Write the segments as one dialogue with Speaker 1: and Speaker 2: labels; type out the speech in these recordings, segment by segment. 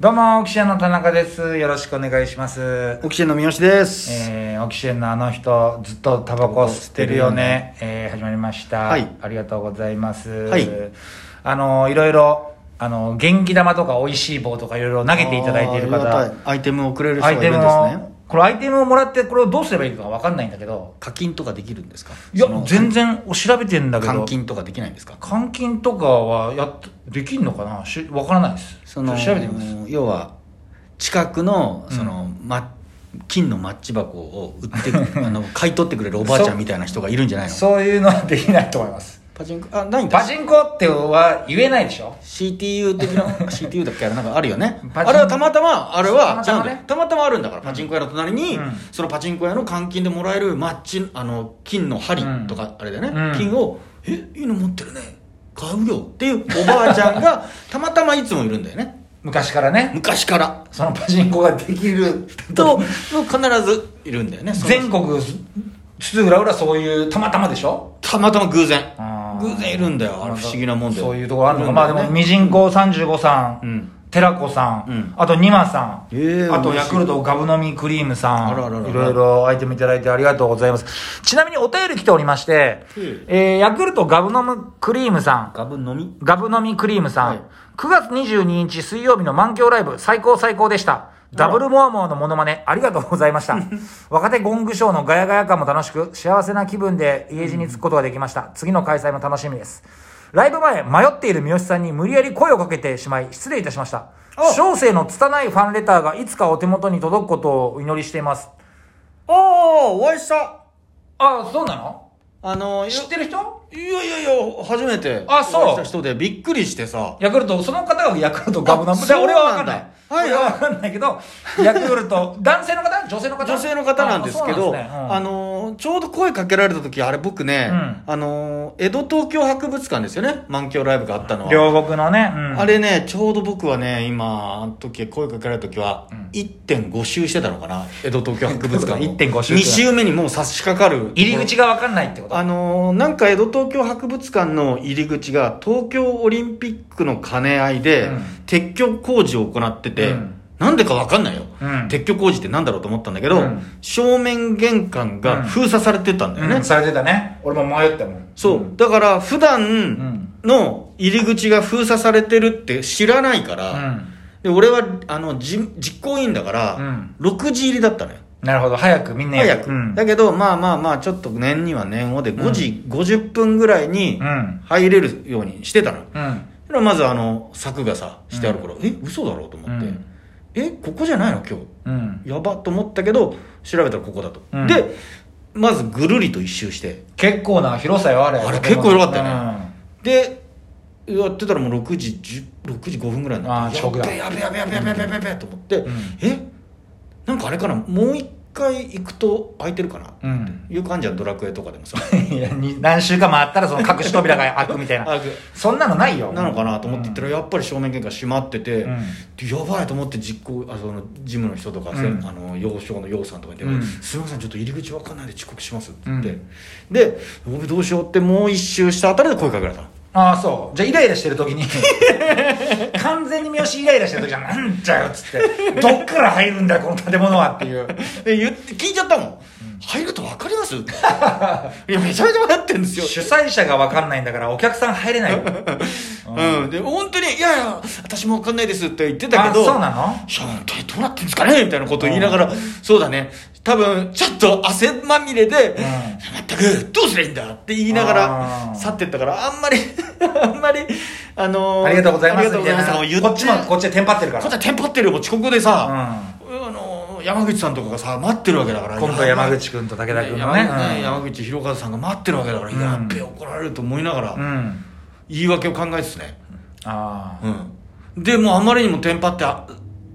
Speaker 1: どうも、オキシエンの田中です。よろしくお願いします。
Speaker 2: オキシエンの三好です、
Speaker 1: えー、オキシエンのあの人、ずっとタバコ吸ってるよね。えー、始まりました。
Speaker 2: はい
Speaker 1: ありがとうございます。
Speaker 2: はい
Speaker 1: あの、いろいろ、あの、元気玉とか美味しい棒とかいろいろ投げていただいている
Speaker 2: あー
Speaker 1: 方
Speaker 2: ありが、たいアイテムをくれる人
Speaker 1: ア
Speaker 2: がい
Speaker 1: イ
Speaker 2: るん
Speaker 1: テ
Speaker 2: です
Speaker 1: ム
Speaker 2: ね
Speaker 1: を、これアイテムをもらって、これをどうすればいいのかわかんないんだけど、
Speaker 2: 課金とかできるんですか
Speaker 1: いや
Speaker 2: その、
Speaker 1: 全然お調べてんだけど、
Speaker 2: 換金とかできないんですか
Speaker 1: 換金とかはやっ、できんのかなしわからないです。
Speaker 2: その
Speaker 1: ちょっと調べてみます。
Speaker 2: 要は近くのその、ま、金のマッチ箱を売ってく あの買い取ってくれるおばあちゃんみたいな人がいるんじゃないの
Speaker 1: そういうのはできないと思います。
Speaker 2: パチンコあないんだ
Speaker 1: パチンコっては言えないでしょ
Speaker 2: CTU 的な CTU だっけあれなんかあるよね
Speaker 1: パチン
Speaker 2: あれはたまたまあれは
Speaker 1: そうたまたまね
Speaker 2: 違うんだよたまたまあるんだからパチンコ屋の隣に、
Speaker 1: うん
Speaker 2: そのパチンコ屋の換金でもらえるマッチあの金の針とかあれだよね、
Speaker 1: うん
Speaker 2: 金を「えいいの持ってるね買うよ」っていうおばあちゃ んがたまたまいつもいるんだよね
Speaker 1: 昔からね
Speaker 2: 昔から
Speaker 1: そのパチンコができ る
Speaker 2: と必ずいるんだよねその
Speaker 1: 全国津々浦々そういうたまたまでしょ
Speaker 2: たまたま偶然
Speaker 1: あー
Speaker 2: 偶然いるんだよあれ不思議なもんだよ
Speaker 1: そういうところあるのか
Speaker 2: いん
Speaker 1: ま
Speaker 2: だ
Speaker 1: あ
Speaker 2: よ
Speaker 1: で
Speaker 2: ね
Speaker 1: もミジンコ35さ
Speaker 2: うんん
Speaker 1: 寺子さん、
Speaker 2: うん
Speaker 1: あとニマさん、
Speaker 2: ええ
Speaker 1: あと
Speaker 2: 美味
Speaker 1: ヤ
Speaker 2: しい
Speaker 1: クルトガブ飲みクリームさん
Speaker 2: あらあらあら
Speaker 1: いろいろアイテムいただいてありがとうございますちなみにお便り来ておりまして、
Speaker 2: え
Speaker 1: えーヤクルトガブ飲むクリームさん
Speaker 2: ガブ飲み
Speaker 1: ガブ飲みクリームさん、
Speaker 2: はい
Speaker 1: 9月22日水曜日の満響ライブ、最高最高でした。ダブルモアモアのモノマネ、ありがとうございま した。若手ゴングショーのガヤガヤ感も楽しく、幸せな気分で家路に着くことができました。次の開催も楽しみです。ライブ前、迷っている三好さんに無理やり声をかけてしまい、失礼いたしました。
Speaker 2: あ
Speaker 1: 小生の拙いファンレターがいつかお手元に届くことをお祈りしています。
Speaker 2: ああお会いした
Speaker 1: あ、そうなの
Speaker 2: あの
Speaker 1: 知ってる人
Speaker 2: いやいやいや、初めて。
Speaker 1: あそう
Speaker 2: お会いした人で、びっくりしてさ。
Speaker 1: ヤクルト、その方がヤクルトガブナム。
Speaker 2: あそう
Speaker 1: 俺はわか
Speaker 2: なんん
Speaker 1: ない。
Speaker 2: だはい
Speaker 1: 俺はわかんないけど、ヤクルト、男性の方女性の方
Speaker 2: 女性の方なんですけ
Speaker 1: あ
Speaker 2: ど、
Speaker 1: そうなんですねうん
Speaker 2: あのー、ちょうど声かけられた時、あれ僕ね、
Speaker 1: うん
Speaker 2: あのー、江戸東京博物館ですよね、満響ライブがあったのは。
Speaker 1: 両国のね、うん
Speaker 2: あれね、ちょうど僕はね、今、あの時、声かけられた時は
Speaker 1: ん、
Speaker 2: 1.5周してたのかな、江戸東京博 物館を。
Speaker 1: 1.5周
Speaker 2: 2周目にもう差し掛かる。
Speaker 1: 入り口がわかんないってこと
Speaker 2: あのーなんか江戸東京博物館の入り口が東京オリンピックの兼ね合いで、
Speaker 1: うん
Speaker 2: 撤去工事を行ってて、
Speaker 1: うん
Speaker 2: なんでかわかんないよ、
Speaker 1: うん
Speaker 2: 撤去工事ってなんだろうと思ったんだけど、
Speaker 1: うん
Speaker 2: 正面玄関が封鎖されてたんだよね、
Speaker 1: うんされてたね。俺も迷ったもん。
Speaker 2: そう、だから普
Speaker 1: ん
Speaker 2: 段の入り口が封鎖されてるって知らないか
Speaker 1: う
Speaker 2: ら、
Speaker 1: ん。
Speaker 2: で俺はあのじ実行委員だから、
Speaker 1: うん
Speaker 2: 6時入りだったのよ
Speaker 1: なるほど、早くみんなやる
Speaker 2: 早く、
Speaker 1: うん。
Speaker 2: だけどまあまあまあちょっと念には念をで5時50分ぐらいに
Speaker 1: うん。
Speaker 2: 入れるようにしてたの、
Speaker 1: うん。
Speaker 2: それはまずあの柵がさしてあるから、え嘘だろうと思って、
Speaker 1: うん
Speaker 2: えここじゃないの今
Speaker 1: うん。
Speaker 2: 日やばと思ったけど調べたらここだと、
Speaker 1: うん
Speaker 2: でまずぐるりと一周して
Speaker 1: 結構な広さよ、あれ。
Speaker 2: あれ結構広かったよね
Speaker 1: ね。
Speaker 2: でやってたらもう6時10 6時5分ぐらいになって
Speaker 1: あー遅刻だ
Speaker 2: やべやべやべやべやべやべやべやべと思って、
Speaker 1: うん
Speaker 2: えなんかあれかなもう一回行くと空いてるかな、
Speaker 1: うん。
Speaker 2: いう感じはドラクエとかでもさ
Speaker 1: いやに何週間回ったらその隠し扉が開くみたいな。
Speaker 2: 開く
Speaker 1: そんなのないよ。
Speaker 2: なのかなと思って行ったらやっぱり正面玄関閉まってて、
Speaker 1: うん
Speaker 2: でやばいと思って実行あそのジムの人とか、
Speaker 1: う
Speaker 2: せ
Speaker 1: ん
Speaker 2: あの幼少の洋さんとかに電
Speaker 1: う
Speaker 2: 話
Speaker 1: ん
Speaker 2: で「すみませんちょっと入り口わかんないで遅刻します」って言って、
Speaker 1: う
Speaker 2: で僕どうしようってもう一周したあたりで声かけられたの
Speaker 1: ああそうじゃあイライラしてる時 に完全に三好イライラしてる時はなんじゃよっつってどっから入るんだよこの建物はっていう
Speaker 2: で言って聞いちゃったもん、入るとわかりますいやめちゃめちゃ迷ってんですよ
Speaker 1: 主催者が分かんないんだからお客さん入れないよ
Speaker 2: うん、で本当に「いやいや私もわかんないです」って言ってたけど
Speaker 1: あそうなの
Speaker 2: いや本当にどうなってんですかねみたいなことを言いながら、そうだね多分ちょっと汗まみれで、全くどうすりゃいいんだって言いなが
Speaker 1: あ
Speaker 2: ら
Speaker 1: ー
Speaker 2: 去ってったからあんまり あんまりあのー
Speaker 1: ありがとうございま
Speaker 2: あり
Speaker 1: す
Speaker 2: がとう
Speaker 1: み
Speaker 2: ござい
Speaker 1: た
Speaker 2: ますを
Speaker 1: い
Speaker 2: 言
Speaker 1: なこ
Speaker 2: って
Speaker 1: っちもこっちでテンパってるか
Speaker 2: こっち
Speaker 1: ら
Speaker 2: はテンパってるよもう遅刻でさ、あのー山口さんとかがさ待ってるわけだから
Speaker 1: 今度山口君と武田君のね
Speaker 2: 山口
Speaker 1: うん
Speaker 2: 山口博和さんが待ってるわけだから、
Speaker 1: うん
Speaker 2: やっべ怒られると思いながら、
Speaker 1: うん
Speaker 2: 言い訳を考えてですね
Speaker 1: ああ
Speaker 2: うん、でもうあまりにもテンパってあ、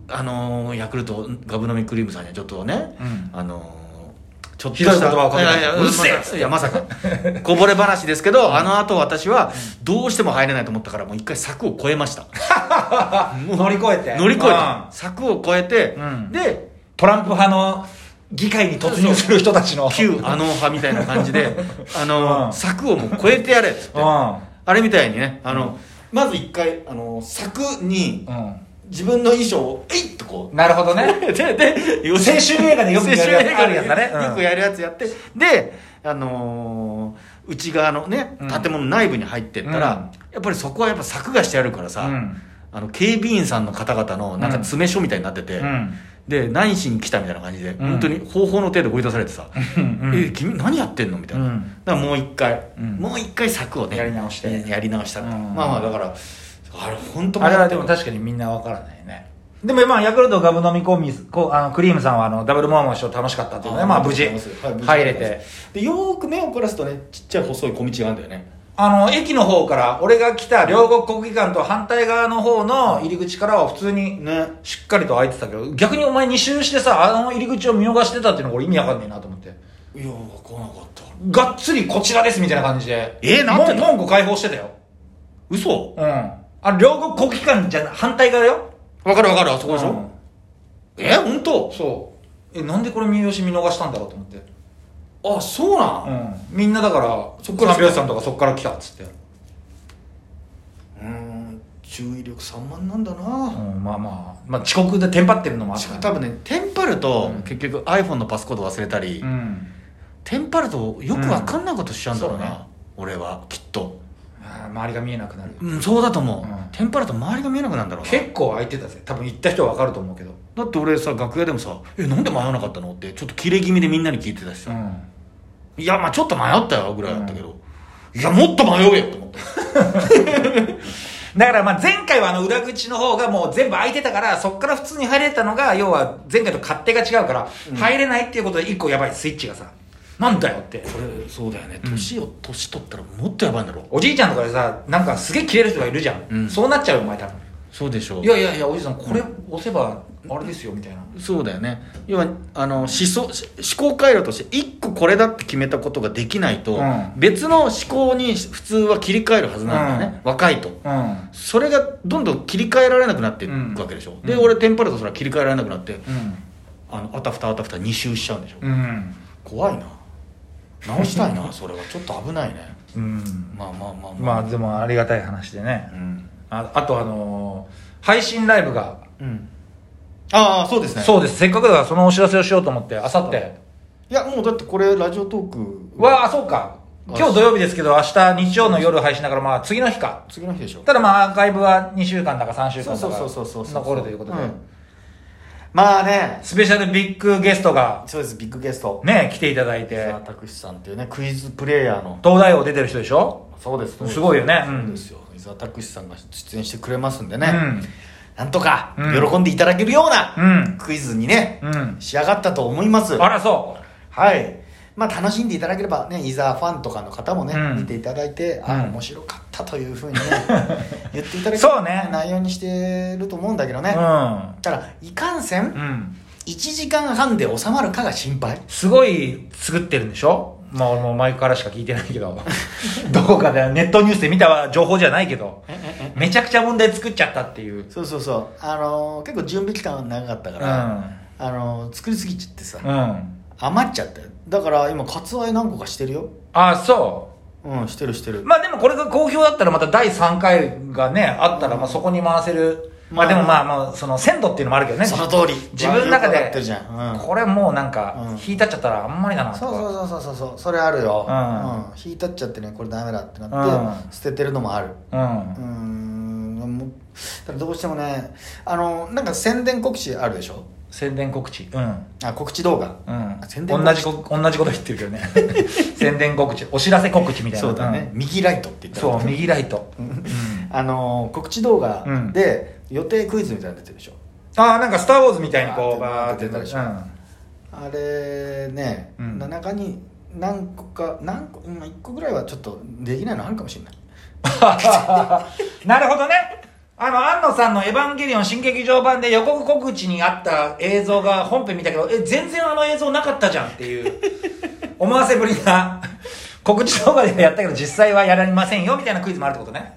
Speaker 2: あのーヤクルトガブ飲みクリームさんにはちょっとね、
Speaker 1: うん
Speaker 2: あのーちょっと
Speaker 1: ひどい言葉をかけた
Speaker 2: いやいや
Speaker 1: うっせえ
Speaker 2: まさいやまさか こぼれ話ですけどあの後私はどうしても入れないと思ったからもう一回柵を越えました
Speaker 1: 乗り越えて
Speaker 2: 乗り越え
Speaker 1: う
Speaker 2: た
Speaker 1: ん
Speaker 2: 柵を越えて、
Speaker 1: うん
Speaker 2: で
Speaker 1: トランプ派の議会に突入する人たちの
Speaker 2: 旧あの派みたいな感 じで、あのー
Speaker 1: うん
Speaker 2: 柵をもう越えてやれっつって
Speaker 1: うん
Speaker 2: あれみたいにねあの、まず一回、あのー柵に
Speaker 1: うん
Speaker 2: 自分の衣装をえいっとこう
Speaker 1: なるほどね。
Speaker 2: で
Speaker 1: 青
Speaker 2: で
Speaker 1: 春映画でよくやるやつ
Speaker 2: 青春映画
Speaker 1: あ
Speaker 2: で
Speaker 1: るやつだねうん
Speaker 2: よくやるやつやってであのー内側のね
Speaker 1: うん
Speaker 2: 建物内部に入ってったら、やっぱりそこはやっぱ柵がしてあるからさ、
Speaker 1: うん
Speaker 2: あの警備員さんの方々のなんか詰め所みたいになってて、
Speaker 1: うん
Speaker 2: で何しに来たみたいな感じで、
Speaker 1: ん
Speaker 2: 本当に方法の手で追い出されてさ「
Speaker 1: うん
Speaker 2: え君何やってんの?」みたいな、
Speaker 1: うん
Speaker 2: だからもう一回、
Speaker 1: うん
Speaker 2: もう一回柵をね
Speaker 1: やり直して
Speaker 2: ねやり直したって、
Speaker 1: うん
Speaker 2: まあまあだからあれ本当
Speaker 1: あれはでも確かにみんなわからないね。でも今、ヤクルトガブ飲み込み、こう、あの、クリームさんはあの、ダブルモアモア賞楽しかったっていうので、まあ無事、入れて。
Speaker 2: でよーく目を凝らすとねちっちゃい細い小道があるんだよね
Speaker 1: あの、駅の方から、俺が来た両国国技館と反対側の方の入り口からは普通に、
Speaker 2: ね
Speaker 1: しっかりと開いてたけど、逆にお前2周してさ、あの入り口を見逃してたっていうのこれ意味わかんねえなと思って。
Speaker 2: いやー来なかった
Speaker 1: がっつりこちらですみたいな感じで。
Speaker 2: えーなんて
Speaker 1: もん門戸開放してたよ。
Speaker 2: 嘘
Speaker 1: うん。あれ、両国国技館じゃな、反対側よ。
Speaker 2: わかるわかるあそこでしょ、
Speaker 1: うん
Speaker 2: え本当
Speaker 1: そう。え、なんでこれ三好見逃したんだろうと思って。
Speaker 2: あそうなん、
Speaker 1: うん。みんなだから、そっから
Speaker 2: か
Speaker 1: ら三好さんとかそっから来たっつって。
Speaker 2: うーん注意力散漫なんだな、
Speaker 1: うん、まあまあ、まあ遅刻でテンパってるのもあっ
Speaker 2: しか
Speaker 1: た
Speaker 2: も多分ねテンパると、
Speaker 1: うん
Speaker 2: 結局 iPhone のパスコード忘れたり、
Speaker 1: うん。
Speaker 2: テンパるとよくわかんないことしちゃうんだろうな、
Speaker 1: うんそうね
Speaker 2: 俺はきっと、
Speaker 1: あー周りが見えなくなる。
Speaker 2: うん、そうだと思う、
Speaker 1: うん
Speaker 2: テンパると周りが見えなくなるんだろうな
Speaker 1: 結構開いてたぜ。多分行った人はわかると思うけど。
Speaker 2: だって俺さ楽屋でもさ「えなんで迷わなかったの?」ってちょっとキレ気味でみんなに聞いてたしさ「
Speaker 1: ん。
Speaker 2: いやまあちょっと迷ったよ」ぐらいだったけど「いやもっと迷うよ」と思った
Speaker 1: だからまあ前回はあの裏口の方がもう全部空いてたから、そっから普通に入れたのが、要は前回と勝手が違うから、入れないっていうことで一個やばいスイッチがさ、なんだよって。
Speaker 2: これそうだよね年を、年取ったらもっとやばいんだろう
Speaker 1: おじいちゃんとかでさ、なんかすげえ切れる人がいるじゃん。
Speaker 2: うん
Speaker 1: そうなっちゃうよ、お前多分。
Speaker 2: そうでしょう
Speaker 1: いやいやいや、おじいさん、これ押せば、あれですよ、みたいな。
Speaker 2: そうだよね要はあの思想し思考回路として1個これだって決めたことができないと、
Speaker 1: うん
Speaker 2: 別の思考に普通は切り替えるはずなんだよね、若いと
Speaker 1: うん。
Speaker 2: それがどんどん切り替えられなくなっていくわけでしょ、
Speaker 1: うん
Speaker 2: で
Speaker 1: うん
Speaker 2: 俺テンパるとそれは切り替えられなくなって
Speaker 1: うん。
Speaker 2: あのあたふたあたふた2周しちゃうんでしょ、
Speaker 1: うん。
Speaker 2: 怖いな直したいなそれはちょっと危ないね
Speaker 1: うん。
Speaker 2: まあまあまあ
Speaker 1: ま
Speaker 2: まあ
Speaker 1: あでもありがたい話でね
Speaker 2: う。ん、
Speaker 1: ああとあのー配信ライブが、
Speaker 2: うん、ああそうですね
Speaker 1: そうです。せっかくだからそのお知らせをしようと思って、あさって。
Speaker 2: いやもうだってこれラジオトーク
Speaker 1: はあそうか今日土曜日ですけど明日日曜の夜配信だからまあ次の日か
Speaker 2: 次の日でしょ
Speaker 1: ただまあアーカイブは2週間だか3週
Speaker 2: そ
Speaker 1: 間
Speaker 2: う
Speaker 1: だか
Speaker 2: そうそうそうそう
Speaker 1: 残るということで、
Speaker 2: んまあね
Speaker 1: スペシャルビッグゲストが
Speaker 2: そうですビッグゲスト
Speaker 1: ね来ていただいて
Speaker 2: 澤田拓司さんっていうねクイズプレイヤーの
Speaker 1: 東大王出てる人でしょ
Speaker 2: そうです
Speaker 1: すごいよね
Speaker 2: そううんですよ伊沢拓司さんが出演してくれますんでね、
Speaker 1: うん
Speaker 2: なんとか
Speaker 1: うん
Speaker 2: 喜んでいただけるような、
Speaker 1: うん
Speaker 2: クイズにね、
Speaker 1: うん
Speaker 2: 仕上がったと思います
Speaker 1: あらそう
Speaker 2: はいまあ楽しんでいただければね伊沢ファンとかの方もね、
Speaker 1: うん
Speaker 2: 見ていただいて、ああ
Speaker 1: うん
Speaker 2: 面白かったというふ うにね言っていただけ
Speaker 1: そう
Speaker 2: る、
Speaker 1: ね
Speaker 2: 内容にしてると思うんだけどね、
Speaker 1: う
Speaker 2: ただいかんせん
Speaker 1: んうん
Speaker 2: 1時間半で収まるかが心配
Speaker 1: すごい作ってるんでしょまあ俺も前からしか聞いてないけ どどこかでネットニュースで見た情報じゃないけどめちゃくちゃ問題作っちゃったっていう
Speaker 2: そうそうそうあのー結構準備期間が長かった
Speaker 1: うん
Speaker 2: から、あのー作りすぎちゃってさ、
Speaker 1: うん
Speaker 2: 余っちゃったよだから今カツアイ何個かしてるよ
Speaker 1: あそう
Speaker 2: うんしてるしてる、
Speaker 1: まあでもこれが好評だったらまた第3回がね、あったらまあそこに回せる。まあでもまあまあ、その鮮度っていうのもあるけどね。
Speaker 2: その通り
Speaker 1: 自分の中
Speaker 2: よくわかって
Speaker 1: で
Speaker 2: るじゃん、うん、
Speaker 1: これもうなんか
Speaker 2: うん、
Speaker 1: 引いたっちゃったらあんまりだなと
Speaker 2: そう
Speaker 1: か。
Speaker 2: そうそうそうそうそれあるよ、
Speaker 1: うん
Speaker 2: 引いたっちゃってねこれダメだってなって、
Speaker 1: うん
Speaker 2: 捨ててるのもある
Speaker 1: う。
Speaker 2: うんーんもうだからどうしてもねあのなんか宣伝告知あるでしょ
Speaker 1: 宣伝告知。うん。
Speaker 2: あ告知動画
Speaker 1: うん
Speaker 2: 宣。伝告知
Speaker 1: 同じこ、同じこと言ってるけどね。 宣伝告知。お知らせ告知みたいな。
Speaker 2: そうだね、右ライトって言
Speaker 1: う
Speaker 2: っ
Speaker 1: ん。
Speaker 2: たら
Speaker 1: そう、右ライト。
Speaker 2: あのー告知動画
Speaker 1: うん
Speaker 2: で予定クイズみたいなの出てるでしょ、
Speaker 1: ああ、なんかスターウォーズみたいにこう、
Speaker 2: バー
Speaker 1: バー
Speaker 2: っ
Speaker 1: ってて
Speaker 2: 出たでしょ
Speaker 1: うん
Speaker 2: あれね、
Speaker 1: うん
Speaker 2: 中に何個か何個今1個ぐらいはちょっとできないのあるかもしれない
Speaker 1: なるほどね。あの、安野さんのエヴァンゲリオン新劇場版で予告告知にあった映像が本編見たけど、え、全然あの映像なかったじゃんっていう、 思わせぶりな告知動画ではやったけど、実際はやられませんよみたいなクイズもあるってことね。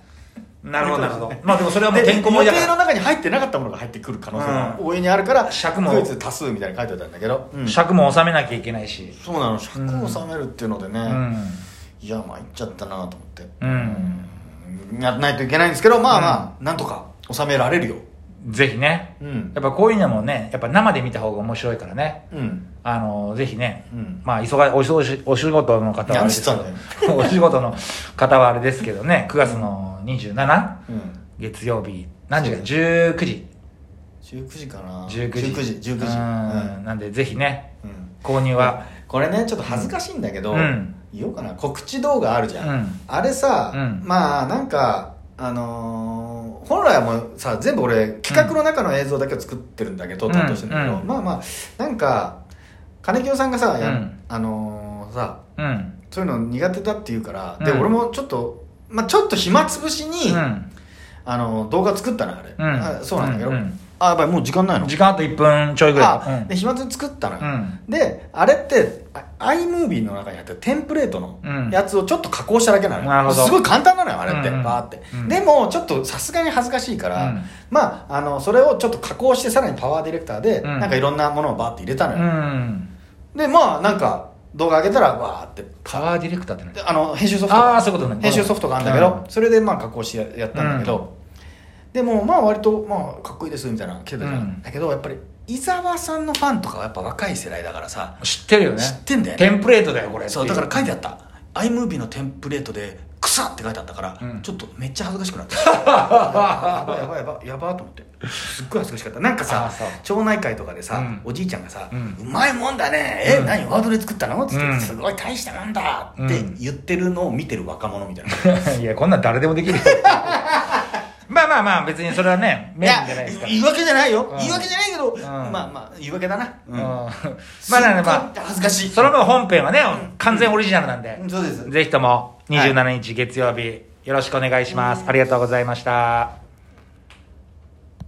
Speaker 1: なるほど、なるほど。まあでもそれはもう
Speaker 2: で
Speaker 1: てんこ盛り
Speaker 2: 予
Speaker 1: だ
Speaker 2: 定の
Speaker 1: か
Speaker 2: 中に入ってなかったものが入ってくる可能性が
Speaker 1: う
Speaker 2: 大いにあるから、
Speaker 1: 尺も
Speaker 2: クイズ多数みたいに書いてあったんだけど、う
Speaker 1: ら。
Speaker 2: ん
Speaker 1: 尺も収めなきゃいけないし。
Speaker 2: そうなの尺を収めるっていうのでね、
Speaker 1: うん。
Speaker 2: いやまあいっちゃったなと思って
Speaker 1: うん。
Speaker 2: うんやらないといけないんですけどまあまあ、なんとか収められるよ
Speaker 1: ぜひね、
Speaker 2: うん
Speaker 1: やっぱこういうのもね、やっぱ生で見た方が面白いからね。
Speaker 2: うん
Speaker 1: あの、ぜひね、
Speaker 2: うん
Speaker 1: まあ、忙い、お忙し、お仕事の方はあれですけど
Speaker 2: 何し て
Speaker 1: お仕事の方はあれですけどね、9月の 27?
Speaker 2: うん
Speaker 1: 月曜日、何時か、19時。
Speaker 2: 19時かな
Speaker 1: 19時。
Speaker 2: 19時19時
Speaker 1: うん。なんで、ぜひね、
Speaker 2: うんうん
Speaker 1: 購入は、
Speaker 2: これねちょっと恥ずかしいんだけど、
Speaker 1: うん
Speaker 2: 言おうかな告知動画あるじゃん、
Speaker 1: うん
Speaker 2: あれさ、
Speaker 1: うん
Speaker 2: まあなんかあのー本来はもうさ全部俺企画の中の映像だけを作ってるんだけど、
Speaker 1: うん
Speaker 2: 担当してるんだけど、
Speaker 1: うん
Speaker 2: まあまあなんか金清さんがさ、や
Speaker 1: うん
Speaker 2: あのーさ
Speaker 1: うん。
Speaker 2: そういうの苦手だって言うから、で
Speaker 1: うん
Speaker 2: 俺もちょっと、まあ、ちょっと暇つぶしに、
Speaker 1: うん。
Speaker 2: あの動画作ったのよあれ、
Speaker 1: うん
Speaker 2: あそうなんだけど、
Speaker 1: うんうん
Speaker 2: あやばいもう時間ないの
Speaker 1: 時間あと1分ちょいぐらいか。
Speaker 2: あで暇つぶしに作ったのよ、
Speaker 1: うん
Speaker 2: であれってあ iMovie の中にあったテンプレートの
Speaker 1: うん
Speaker 2: やつをちょっと加工しただけなのよ、
Speaker 1: なるほど
Speaker 2: すごい簡単なのよあれって、
Speaker 1: うんうん
Speaker 2: バーって、
Speaker 1: うん
Speaker 2: でもちょっとさすがに恥ずかしいから、
Speaker 1: うん
Speaker 2: まああのそれをちょっと加工してさらにパワーディレクターで、
Speaker 1: うん
Speaker 2: なんかいろんなものをバーって入れたの
Speaker 1: う
Speaker 2: よ、
Speaker 1: ん。
Speaker 2: でまあなんか動画上げたらわーって
Speaker 1: パワーディレクターって何
Speaker 2: であの編集ソフト
Speaker 1: あーそういうことね
Speaker 2: 編集ソフトがあるんだけど、それでまあ加工してやったんだけど、でもまあ割と、まあ、かっこいいですみたいなの来てたじゃん、
Speaker 1: うん
Speaker 2: だけどやっぱり伊沢さんのファンとかはやっぱ若い世代だからさ
Speaker 1: 知ってるよね。
Speaker 2: 知ってんだよね
Speaker 1: テンプレートだよ、これ。
Speaker 2: そうだから書いてあった「iMovie」のテンプレートで「草」って書いてあったから、
Speaker 1: うん
Speaker 2: ちょっとめっちゃ恥ずかしくなった やばいやばいやばいやばいと思ってすっごい恥ずかしかったなんか
Speaker 1: あ
Speaker 2: さ
Speaker 1: そう
Speaker 2: 町内会とかでさ、
Speaker 1: うん
Speaker 2: おじいちゃんがさ「
Speaker 1: う
Speaker 2: うんまいもんだねえ、
Speaker 1: うん
Speaker 2: 何ワードで作ったの?」っつって、
Speaker 1: うん
Speaker 2: すごい大したもんだ」
Speaker 1: う
Speaker 2: って
Speaker 1: ん
Speaker 2: 言ってるのを見てる若者 みたいな、
Speaker 1: いや、こんなん誰でもできるよ。 まあまあまあ、別にそれはね、
Speaker 2: い
Speaker 1: メイン
Speaker 2: や
Speaker 1: じゃないですから。
Speaker 2: 言い訳じゃないよ、
Speaker 1: うん
Speaker 2: 言い訳じゃないけど、
Speaker 1: ん
Speaker 2: まあまあ言い訳だな、
Speaker 1: うん
Speaker 2: うん
Speaker 1: まあなのでま
Speaker 2: 恥ずかし
Speaker 1: あ、
Speaker 2: い
Speaker 1: その分本編はね、完全オリジナルなんで、
Speaker 2: そうです
Speaker 1: ぜひとも27日月曜日、よろしくお願いします。ありがとうございました。